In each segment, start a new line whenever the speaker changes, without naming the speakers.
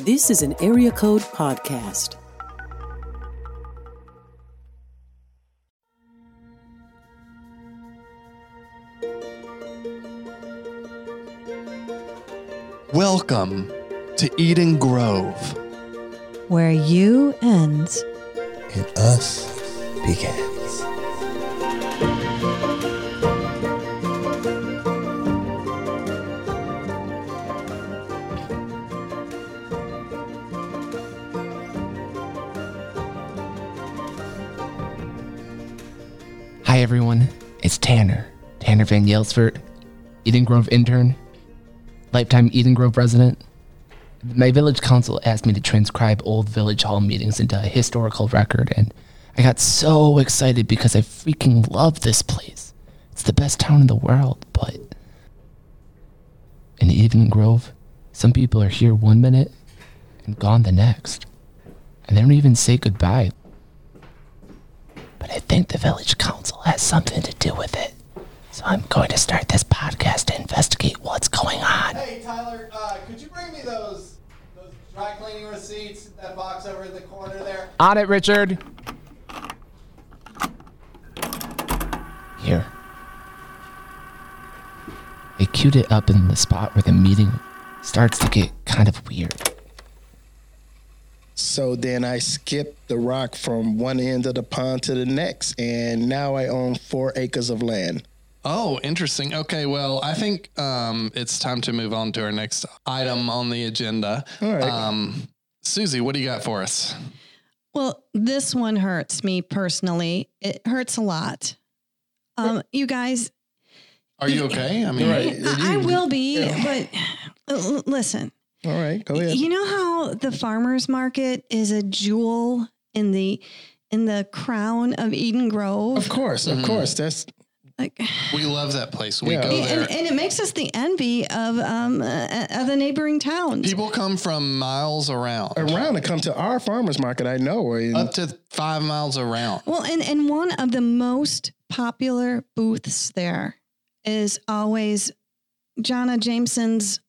This is an Area Code Podcast.
Welcome to Eden Grove.
where you end.
and us begins.
Hi, everyone. It's Tanner. Tanner Van Yelsford, Eden Grove intern, lifetime Eden Grove resident. My village council asked me to transcribe old village hall meetings into a historical record, and I got so excited because I freaking love this place. It's the best town in the world, but. In Eden Grove, some people are here one minute and gone the next. And they don't even say goodbye but I think the village council has something to do with it. So I'm going to start this podcast to investigate what's going on.
Hey Tyler, uh, could you bring me those those dry cleaning receipts? That box over in the corner there.
On it, Richard. Here. They queued it up in the spot where the meeting starts to get kind of weird.
So then I skipped the rock from one end of the pond to the next, and now I own four acres of land.
Oh, interesting. Okay, well, I think um, it's time to move on to our next item on the agenda.
All right.
Um, Susie, what do you got for us?
Well, this one hurts me personally. It hurts a lot. Um, you guys,
Are you okay? I mean,
Right.
I, I will be, but uh, l- listen.
All right, go ahead.
You know how the farmers market is a jewel in the in the crown of Eden Grove.
Of course,
Mhm.
of course. That's
Like,
we love that place. We
Yeah.
go there.
and, and it makes us the envy of um uh, of the neighboring towns.
People come from miles around,
around to come to our farmers market. I know. and-
up to five miles around.
Well, and, and one of the most popular booths there is always Jonna Jameson's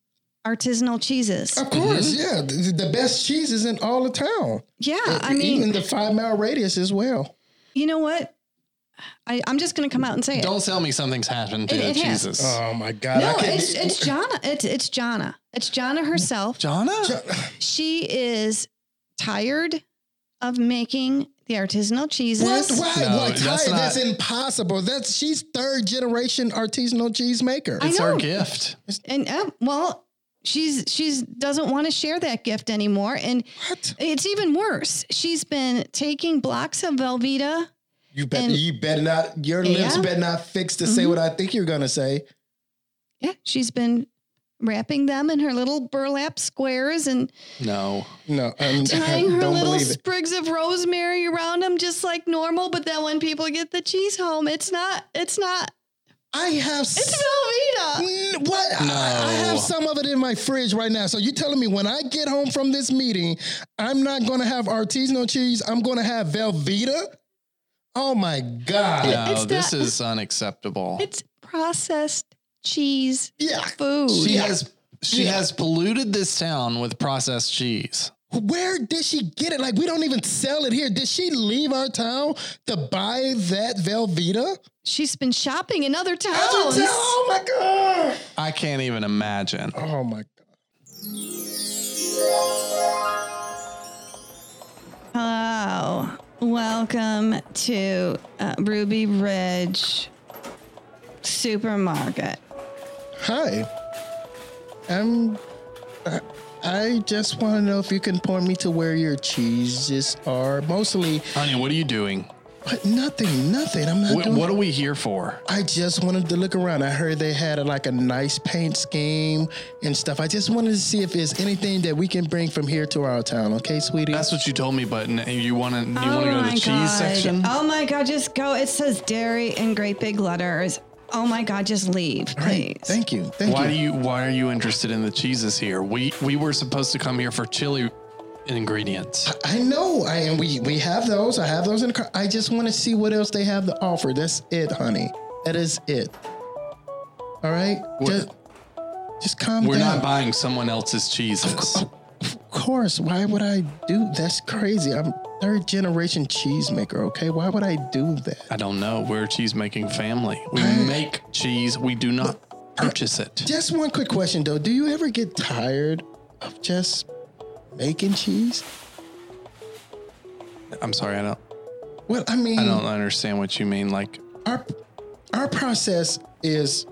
artisanal cheeses.
of course, yeah. The, the best cheese is in all the town.
Mhm.
E,
Yeah, I mean,
even the five mile radius as well.
you know what? I, I'm just going to come out and say it.
Don't tell me something's happened to
It- it
the
has.
cheeses.
Oh my God!
No,
I can't-
it's it's Jonna. It's it's Jonna. It's Jonna herself.
Jonna?
She is tired of making the artisanal
What?
cheeses.
Why?
No,
what?
that's
That's, that's
not-
impossible. That's she's third generation artisanal cheese maker.
I
It's our
know.
gift.
And uh, well, she's she's doesn't want to share that gift anymore. And
What?
It's even worse. She's been taking blocks of Velveeta.
You bet.
And-
you better not. Your lips
Yeah. Mm-hmm.
better not fix to say what I think you're gonna say.
Yeah, she's been wrapping them in her little burlap squares and
No.
No, I mean, I
tying her
don't
little
believe it.
sprigs of rosemary around them just like normal. But then when people get the cheese home, it's not. It's not.
I have. s-
It's Velveeta.
N- What? I- I have some of it in my fridge right now. So you telling me when I get home from this meeting, I'm not going to have artisanal cheese. I'm going to have Velveeta. Oh my god!
No,
It's
this
that-
is unacceptable.
It's processed cheese
Yeah.
food.
She
Yeah.
has she
Yeah.
has polluted this town with processed cheese.
Where did she get it? Like we don't even sell it here. Did she leave our town to buy that Velveeta?
She's been shopping in other towns.
Oh my god!
I can't even imagine.
Oh my god!
Hello. Oh, Welcome to uh, Ruby Ridge Supermarket.
Hi. I'm. I- I just want to know if you can point me to where your cheeses are. Mostly,
Honey, what are you doing?
but nothing, nothing. I'm not
What,
doing.
what are we here for?
I just wanted to look around. I heard they had a, like a nice paint scheme and stuff. I just wanted to see if there's anything that we can bring from here to our town. Okay, sweetie.
That's what you told me, but n- you want to you want to go to the cheese section?
Oh my god, just go. It says dairy in great big letters. Oh my god, just leave, please.
Thank you. Thank
Why
you.
do you why are you interested in the cheeses here? We we were supposed to come here for chili ingredients.
I know. I and we we have those. I have those in the car. I just want to see what else they have to offer. That's it, honey. That is it. All right.
We're-
Just, just calm
We're
down.
not buying someone else's cheeses.
Of course. Why would I do that's crazy. I'm third generation cheesemaker, okay? Why would I do that?
I don't know. We're a cheese making family. We make cheese. We do not purchase it.
Just one quick question though. Do you ever get tired of just making cheese?
I'm sorry. I don't.
Well, I mean
I don't understand what you mean. Like,
our our process is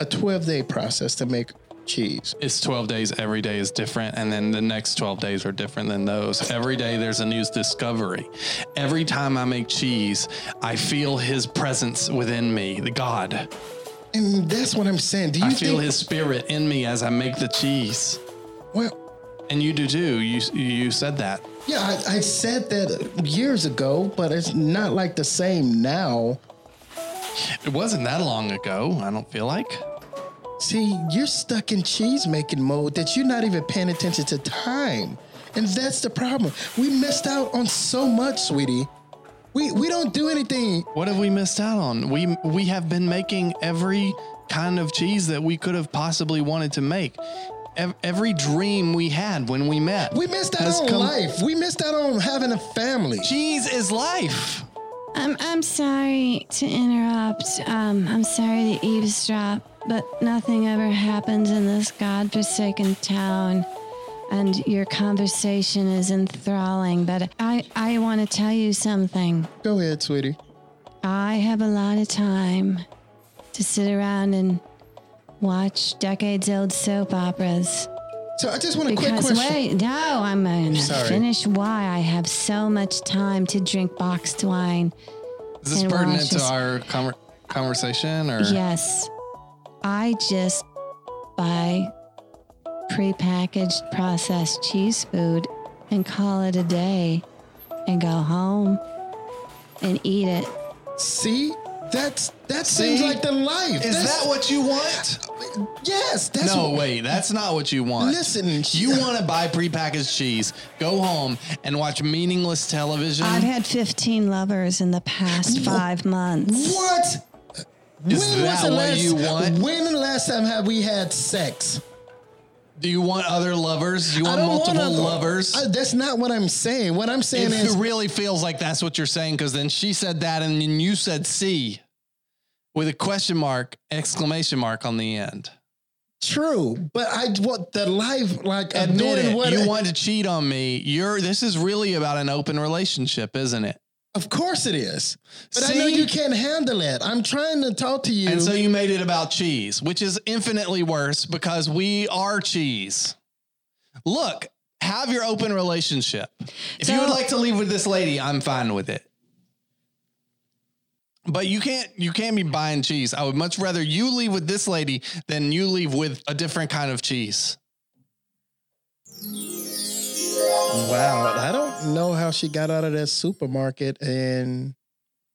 a 12 day process to make cheese.
it's 12 days. Every day is different. And then the next 12 days are different than those. Every day there's a new discovery. Every time I make cheese, I feel his presence within me, the God.
And that's what I'm saying. Do you
I feel
think,
his spirit in me as I make the cheese.
Well,
And you do too. You, you said that.
yeah, I, I said that years ago, but it's not like the same now.
It wasn't that long ago. I don't feel like.
See, you're stuck in cheese making mode that you're not even paying attention to time. And that's the problem. We missed out on so much, sweetie. We we don't do anything.
What have we missed out on? We we have been making every kind of cheese that we could have possibly wanted to make. Ev- every dream we had when we met.
We missed out
has
on
come-
life. We missed out on having a family.
Cheese is life.
I'm Um, I'm sorry to interrupt. Um, I'm sorry to eavesdrop, but nothing ever happens in this godforsaken town. And your conversation is enthralling, but I, I want to tell you something.
Go ahead, sweetie.
I have a lot of time to sit around and watch decades old soap operas.
So I just want a quick
Because
question.
wait, no, I'm gonna
sorry.
finish why I have so much time to drink boxed wine.
Is this
And
pertinent
watch
to
this-
our conver- conversation or?
Yes, I just buy prepackaged processed cheese food and call it a day and go home and eat it.
See, that's that
See?
seems like the life.
Is
That's-
that what you want?
Yes, that's
no,
what-
wait, that's not what you want.
Listen, she-
you want to buy prepackaged cheese, go home and watch meaningless television.
I've had 15 lovers in the past five months.
What?
Is that what you want?
When the last time have we had sex?
Do you want other lovers? Do you
I
want
don't
multiple
wanna-
lovers?
I- that's not what I'm saying. What I'm saying
It
is
really feels like that's what you're saying because then she said that and then you said C with a question mark, exclamation mark on the end.
true, but I want the life like of
Admit
knowing
it.
what
you
I-
want to cheat on me. You're this is really about an open relationship, isn't it?
Of course it is, but I know
See?
you can't handle it. I'm trying to talk to you.
And so you made it about cheese, which is infinitely worse because we are cheese. Look, have your open relationship. If you would
So-
like to leave with this lady, I'm fine with it. But you can't you can't be buying cheese. I would much rather you leave with this lady than you leave with a different kind of cheese.
wow, I don't know how she got out of that supermarket and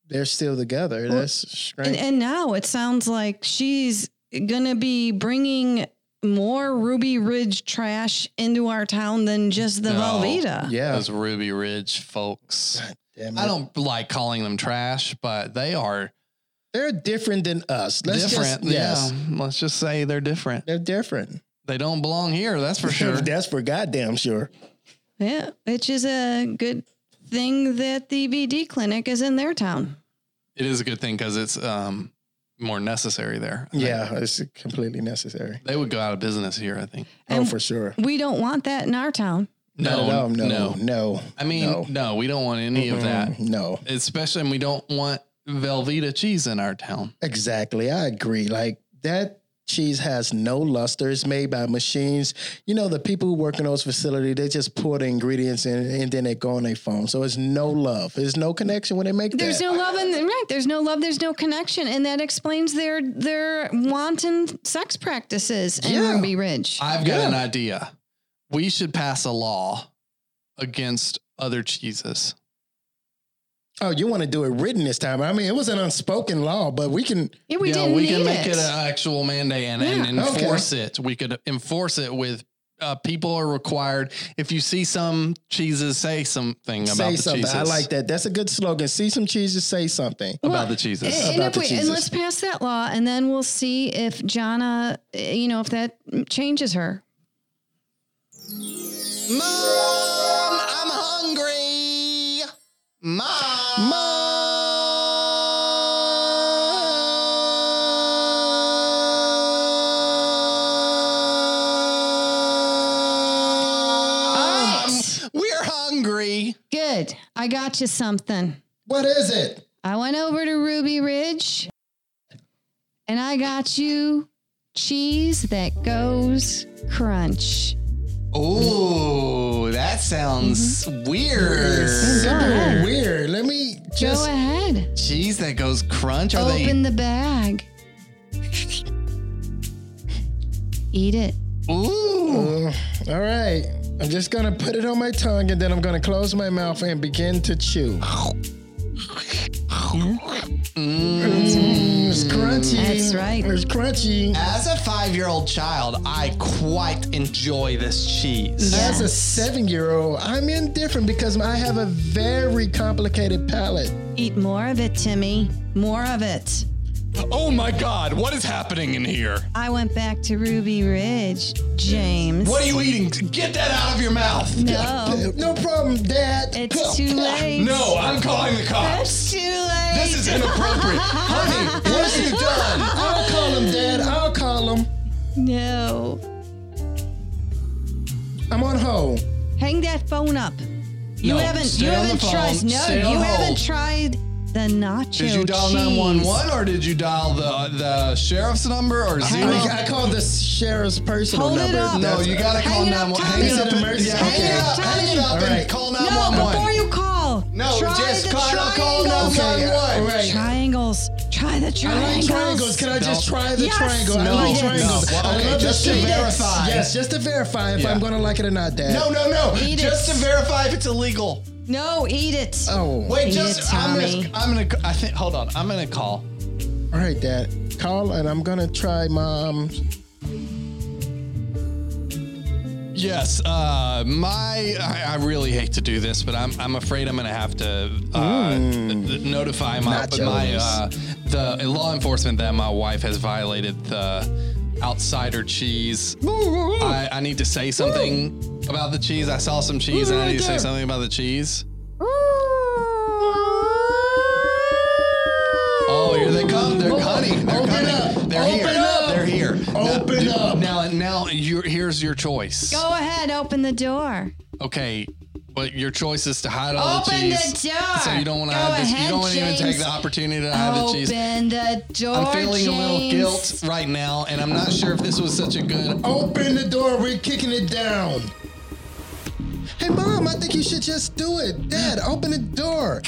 they're still together. That's strange.
And, and now it sounds like she's going to be bringing more Ruby Ridge trash into our town than just the
No.
Velveeta.
yeah,
Those Ruby Ridge folks.
Damn
I
it.
don't like calling them trash, but they are
They're different than us. Let's just-
different.
yes,
Yeah. Let's just say they're different.
they're different.
They don't belong here, that's for sure.
That's for goddamn sure.
Yeah, which is a good thing that the VD clinic is in their town.
It is a good thing because it's um, more necessary there. I think.
Yeah, it's completely necessary.
They would go out of business here, I think.
oh,
And-
for sure.
We don't want that in our town.
Not at all. No, no,
I mean, no,
no.
we don't want any of that,
Mm, no.
especially and we don't want Velveeta cheese in our town.
Exactly. I agree. Like that cheese has no luster. It's made by machines. You know, the people who work in those facilities, they just pour the ingredients in and then they go on their phone. So it's no love. There's no connection when they make
There's
that.
no love in right. There's no love. There's no connection, and that explains their their wanton sex practices in
Yeah.
Ruby Ridge.
I've got
Yeah.
an idea. We should pass a law against other cheeses.
oh, you want to do it written this time. I mean, it was an unspoken law, but we can
yeah, we
Yeah,
didn't
we
need
can make it. uh,
it.
an actual mandate and, and
Yeah. Okay.
enforce it. We could enforce it with uh, people are required. If you see some cheeses, say something about
say
the
something.
cheeses.
I like that. That's a good slogan. See some cheeses, say something.
about the cheeses.
And- And,
About
if
the
we, and
cheeses.
let's pass that law, and then we'll see if eh, Jana, uh, you know, if that changes her.
Mom!
Mom.
All right.
We're hungry.
Good. I got you something.
What is it?
I went over to Ruby Ridge and I got you cheese that goes crunch.
Ooh, that sounds
Mm-hmm.
weird.
Go ahead.
Weird. Let me
Go
just.
ahead.
Cheese that goes crunch. Are
Open the bag. Eat it.
they? Ooh.
All right. I'm just gonna put it on my tongue and then I'm gonna close my mouth and begin to chew. Mm, it's crunchy.
That's right.
It's crunchy.
As a five-year-old child, I quite enjoy this cheese.
As a seven year old, I'm indifferent because I have a very complicated palate.
Eat more of it, Timmy. More of it.
Oh my God, what is happening in here?
I went back to Ruby Ridge, James.
What are you eating? Get that out of your mouth.
No,
No problem, Dad.
it's too late.
No, I'm calling the
it's
cops.
too late.
This is inappropriate. Honey, what have you done?
I'll call him, Dad. I'll call him.
no.
I'm on hold.
Hang that phone up. You
No,
haven't.
stay
you
on the
haven't
phone,
tried. No,
stay on
you
hold.
haven't tried the nacho
Did you dial
cheese. Uh-huh.
911 or did you dial the, the sheriff's number or zero?
I, I called the sheriff's personal
Hold it
number.
up.
No, you gotta call
Hang it up,
911.
Tommy.
Is it
and-
emergency?
yeah, hang it
Okay.
up, hang it up
All
and
right.
call
No,
911.
before you call.
No,
try
just
the
call- I'll call
triangles.
911.
All right.
Triangles. Try the
I like
triangles.
triangles. Can I just
No.
try the
Yes.
triangle? I
No.
like
No.
triangles.
No.
I
Okay,
love the
just to
shape.
verify.
Yes, just to verify if
Yeah.
I'm going to like it or not, Dad.
No, no, no.
Eat it.
Just to verify if it's illegal.
No, eat it.
Oh.
Wait,
Eat
just
it,
I'm
Tommy.
gonna I'm gonna I think hold on. I'm gonna call.
All right, Dad. Call and I'm going to try mom.
Yes, uh, my I, I really hate to do this, but I'm I'm afraid I'm gonna have to uh, th- notify my
Nachos.
my uh, the law enforcement that my wife has violated the outsider cheese. I, I need to say something about the cheese. I saw some cheese, and I need to say something about the cheese. Oh, here they come! They're coming! They're
Open
coming!
up.
They're here!
Open up.
They're here!
Open
now,
up.
Now, now, you're, here's your choice.
Go ahead. Open the door.
Okay, but your choice is to hide all the
Open the
cheese.
door.
So you don't want to
Go
hide this. You
ahead,
don't want to even take
James.
the opportunity to hide the cheese.
Open the door.
I'm feeling
James.
a little guilt right now, and I'm not sure if this was such a good.
Open the door. We're kicking it down. Hey, mom, I think you should just do it. Dad, open the door.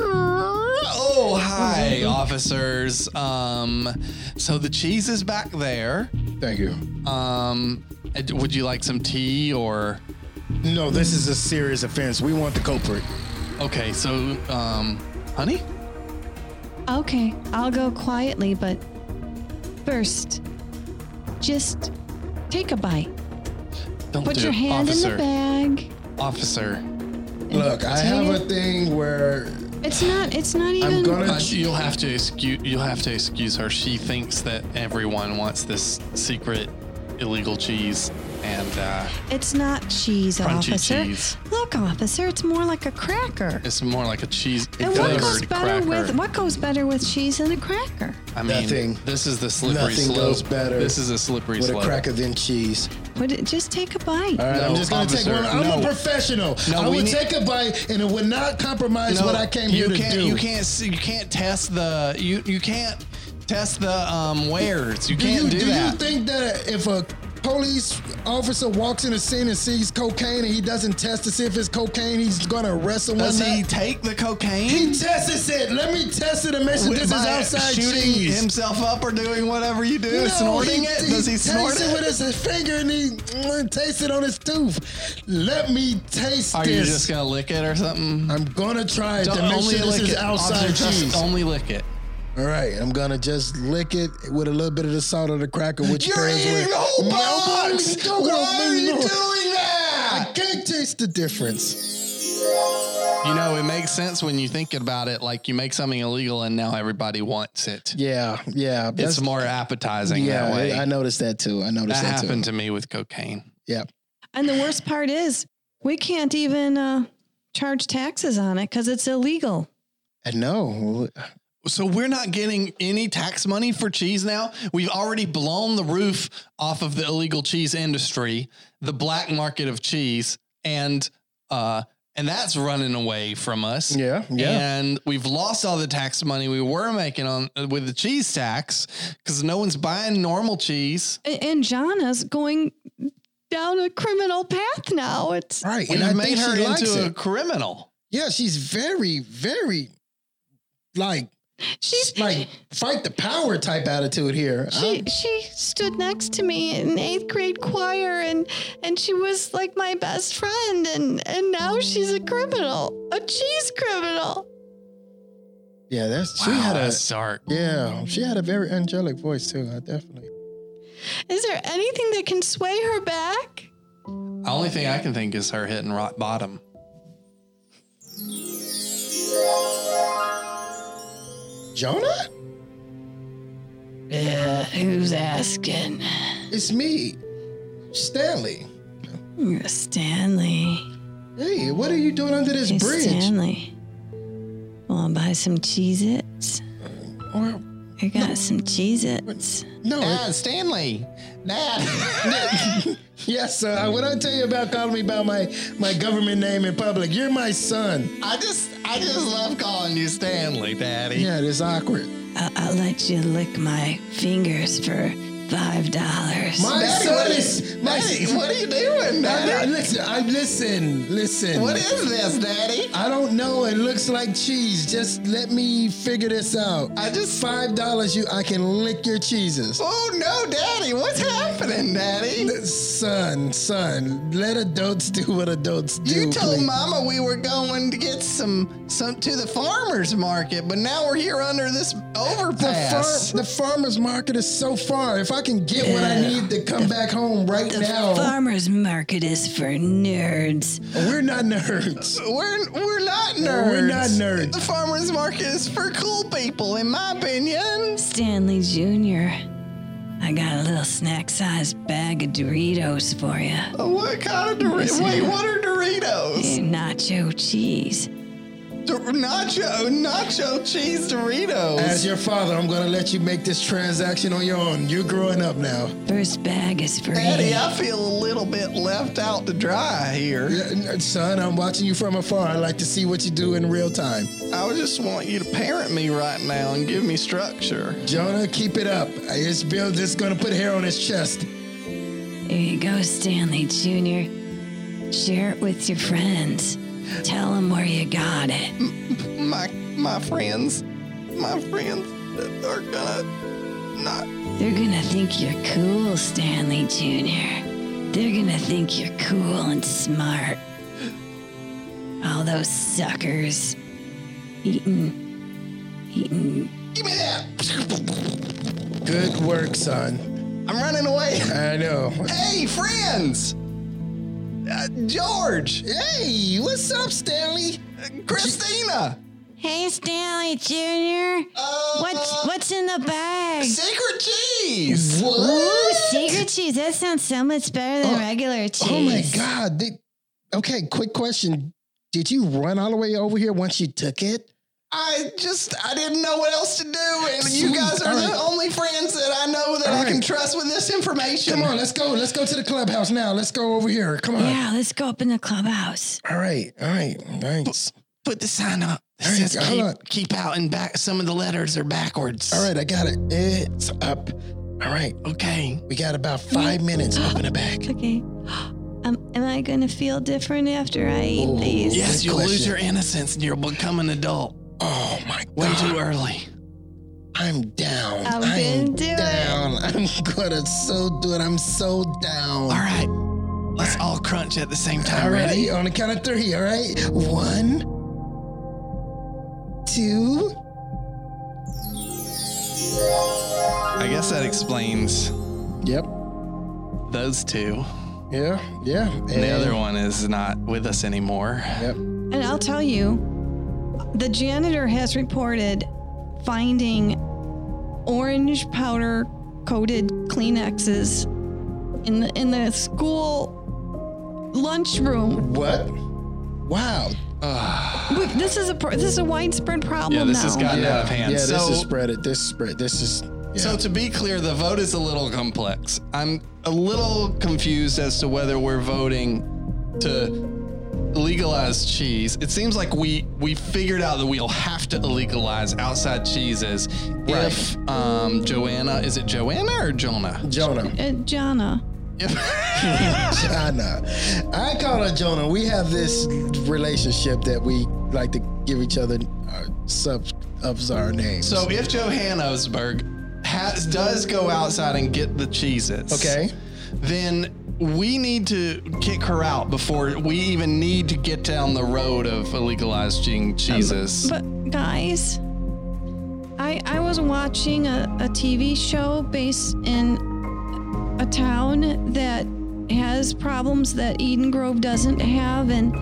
Oh, hi, officers. Um, so the cheese is back there.
Thank you.
Um, and would you like some tea or?
No, this is a serious offense. We want the culprit.
Okay, so um, honey.
Okay, I'll go quietly, but first, just take a bite.
Don't
Put
do
your
it.
hand
officer,
in the bag.
Officer,
Look, I
Take
have
it.
a thing where
It's not. It's not even.
I'm going
Uh,
to.
you'll have to excuse you'll have to excuse her. She thinks that everyone wants this secret illegal cheese, and uh,
It's not cheese,
Crunchy
officer.
cheese.
Look, officer, it's more like a cracker.
it's more like a cheese
and what goes
flavored
better
cracker.
with what goes better with cheese than a cracker?
I mean,
Nothing-
this is the slippery
nothing
slope.
goes better
This is a slippery
With a
slope.
cracker than cheese.
Put it. Just take a bite.
All right, I'm
No,
just gonna
officer,
take one. I'm a
no.
professional.
No,
I
we
would
need-
take a bite, and it would not compromise
No,
what I came
you
here to
can't,
do.
You can't. see- You can't test the. You you can't test the um wares. You
do
can't
you,
do,
do
that.
you think that if a police officer walks in a scene and sees cocaine and he doesn't test to see if it's cocaine, he's gonna arrest someone?
Does he
That-
take the
he
cocaine?
tests it. Let me test it and make sure this is
By
outside
shooting
cheese.
himself up or doing whatever you do,
No,
snorting
he-
it?
he
Does he snort
tastes it with his finger and he mm, tastes it on his tooth. Let me taste
Are you
this.
just gonna lick it or something?
I'm gonna try it to make sure this is outside
Officer, just
cheese.
Only lick it.
All right, I'm gonna just lick it with a little bit of the salt of the cracker, which
You're
pairs
eating
with.
the whole
No,
box!
no, no,
Why are you
no.
doing that?
I can't taste the difference.
You know, it makes sense when you think about it. Like you make something illegal, and now everybody wants it.
Yeah, yeah,
it's more appetizing
Yeah,
that way.
I noticed that too. I noticed
that
that,
happened
too.
to me with cocaine.
Yeah,
And the worst part is, we can't even. Uh, charge taxes on it because it's illegal.
I know.
So we're not getting any tax money for cheese now. We've already blown the roof off of the illegal cheese industry, the black market of cheese, and uh, and that's running away from us.
Yeah, yeah.
And we've lost all the tax money we were making on uh, with the cheese tax because no one's buying normal cheese.
A- And Jana's going down a criminal path now. It's
Right.
We've
and I
made
think
her
she likes
into a
it.
criminal.
Yeah, she's very, very like
she's
like fight the power type attitude here.
she she stood next to me in eighth grade choir and and she was like my best friend and and now she's a criminal, a cheese criminal.
yeah, that's she had a
that's dark.
yeah, she had a very angelic voice too. I definitely.
Is there anything that can sway her back?
The only thing I can think is her hitting rock bottom.
Jonah,
Yeah, Uh, who's asking?
it's me, Stanley.
Stanley.
Hey, what are you doing under this
Hey,
bridge?
Stanley. Wanna buy some Cheez Its?
Or
I got some Cheez Its.
no, it-
Stanley. Dad.
yes, sir. I- What I tell you about calling me by my my government name in public? You're my son.
I just I just love calling you Stanley, Daddy.
Yeah, it's awkward.
I'll, I'll let you lick my fingers for five dollars.
My son is my.
Hey, what are you doing,
I- I-
Daddy?
listen, I listen, listen.
What is this, Daddy?
I don't know. It looks like cheese. Just let me figure this out.
I just-
five dollars. You, I can lick your cheeses.
Oh no, Daddy, what's happening, Daddy?
Son, son, let adults do what adults do.
You told
please.
Mama we were going to get some some to the farmers market, but now we're here under this
the,
overpass.
farm, the farmer's market is so far. If I can get what I need to come back home right
the
now,
farmer's market is for nerds.
we're not nerds.
we're we're not nerds.
We're not nerds.
The farmers market is for cool people, in my opinion.
Stanley Jr., I got a little snack sized bag of Doritos for you.
What kind of Doritos? Wait, what are Doritos?
Nacho cheese.
Dor- nacho, nacho cheese Doritos.
As your father, I'm gonna let you make this transaction on your own. You're growing up now.
First bag is free.
Daddy, I feel a little bit left out to dry here.
Yeah, Son, I'm watching you from afar. I like to see what you do in real time.
I would just want you to parent me right now and give me structure.
Jonah, keep it up. It's Bill just gonna put hair on his chest.
Here you go, Stanley Jr. Share it with your friends. Tell them where you got it.
My my friends, my friends are gonna not.
They're gonna think you're cool, Stanley Jr. They're gonna think you're cool and smart. All those suckers eating, eating.
Give me that.
Good work, son.
I'm running away.
I know.
Hey, friends. Uh, George,
Hey, what's up, Stanley?
Christina,
Hey, Stanley Jr.
Uh-huh.
What's what's in the bag?
secret cheese.
Ooh, secret cheese. That sounds so much better than regular cheese.
Oh my God. They- okay, quick question. Did you run all the way over here once you took it?
I just I didn't know what else to do, and you
Sweet.
guys are
All
the
right.
only friends that I know that I can
right.
trust with this information.
Come on, let's go. Let's go to the clubhouse now. Let's go over here. Come on.
Yeah, let's go up in the clubhouse.
All right. All right. Thanks.
Put the sign up. It
All right,
says
hold on.
keep, keep out and back. Some of the letters are backwards.
All right, I got it. It's up. All right.
Okay.
We got about five minutes up in the back.
Okay. Um, am I gonna feel different after I eat
Oh,
these?
Yes,
Good
you'll lose
question.
your innocence and you'll become an adult
Oh my
way
God.
too early.
I'm down.
I'm
I'm
gonna do it.
down. I'm gonna so do it. I'm so down.
All right. Let's all crunch at the same time.
All right,
Ready?
on the count of three, all right? One, two.
I guess that explains
Yep.
those two.
Yeah. Yeah. And
one is not with us anymore.
Yep.
And I'll tell you, the janitor has reported finding orange powder coated Kleenexes in the in the school lunchroom.
What? Wow.
Look, this is a pro- this is a widespread problem
Yeah, this
now.
has gotten out of hand.
Yeah,
so,
this is spread. It. This spread. This is. Yeah.
so to be clear, the vote is a little complex. I'm a little confused as to whether we're voting to legalize cheese. It seems like we we figured out that we'll have to legalize outside cheeses if um, Joanna is it Joanna or Jonah?
Jonah.
Uh, Jonna.
Jonah. I call her Jonah. We have this relationship that we like to give each other our sub ups our names.
So if Johannesburg has, does go outside and get the cheeses,
Okay.
then we need to kick her out before we even need to get down the road of legalizing cheeses.
But guys, I I was watching a, a TV show based in a town that has problems that Eden Grove doesn't have and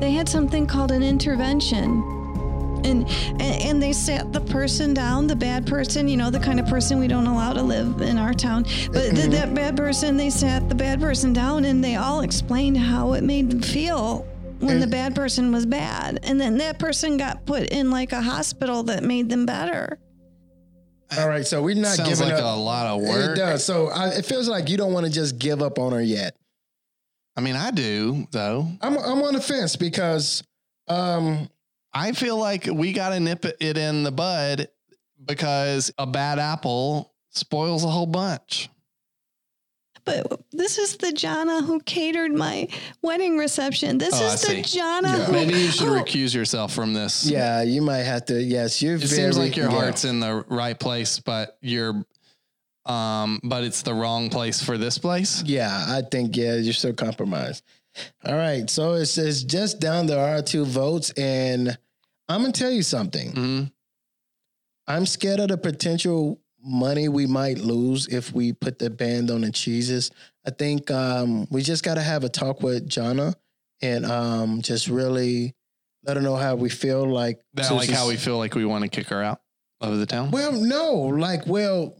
they had something called an intervention. And, and and they sat the person down, the bad person, you know, the kind of person we don't allow to live in our town. But th-
Mm-hmm.
that bad person, they sat the bad person down, and they all explained how it made them feel when the bad person was bad, and then that person got put in like a hospital that made them better.
All right, so we're not
uh, Sounds
giving
like
up.
a lot of
It
work.
does. So I, it feels like you don't want to just give up on her yet.
I mean, I do though.
I'm I'm on the fence because um
I feel like we got to nip it in the bud because a bad apple spoils a whole bunch.
But this is the Jana who catered my wedding reception. This
Oh, I
is the
see.
Jana who.
Maybe you should
who-
recuse yourself from this.
yeah, you might have to yes, you're
It seems like your heart's in the right place, but you're, um, but it's the wrong place for this place.
Yeah, I think yeah, you're still compromised. All right, so it's it's just down there are two votes, and I'm gonna tell you something.
hmm
I'm scared of the potential money we might lose if we put the band on the cheeses. I think um, we just got to have a talk with Jana and um, just really let her know how we feel. Like,
That
so
like
she's-
how we feel like we want to kick her out of the town.
Well, no, like, well,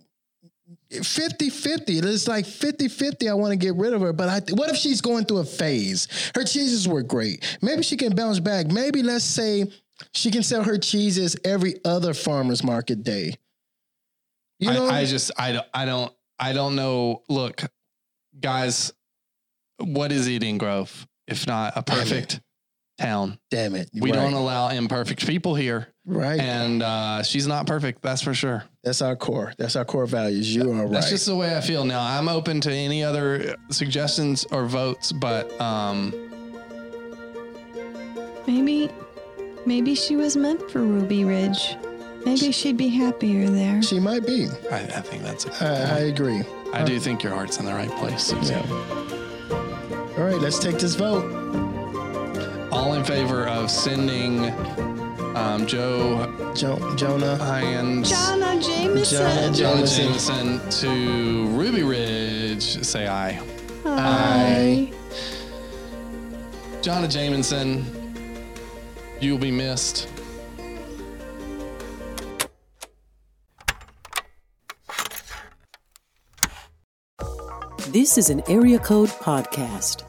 50 50. It's like 50 50. I want to get rid of her, but I, what if she's going through a phase? Her cheeses were great. Maybe she can bounce back. Maybe let's say she can sell her cheeses every other farmer's market day. You know,
I, I just I don't I don't I don't know. Look, guys, what is Eating Grove if not a perfect town?
damn it.
We
Right.
don't allow imperfect people here,
Right.
and uh, she's not perfect. That's for sure.
That's our core. That's our core values. You are right.
That's just the way I feel now. I'm open to any other uh, suggestions or votes, but um,
Maybe, maybe she was meant for Ruby Ridge. Maybe she'd be happier there.
she might be.
I, I think that's. A good
I, I agree.
I do think your heart's in the right place, Susan.
All right, let's take this vote.
All in favor of sending um, Joe
Jo- Jonah.
Hines,
Jana Jameson.
Jana
John
Jameson.
Jameson to Ruby Ridge. Say aye.
Hi.
Jonna Jameson, you'll be missed.
This is an Area Code Podcast.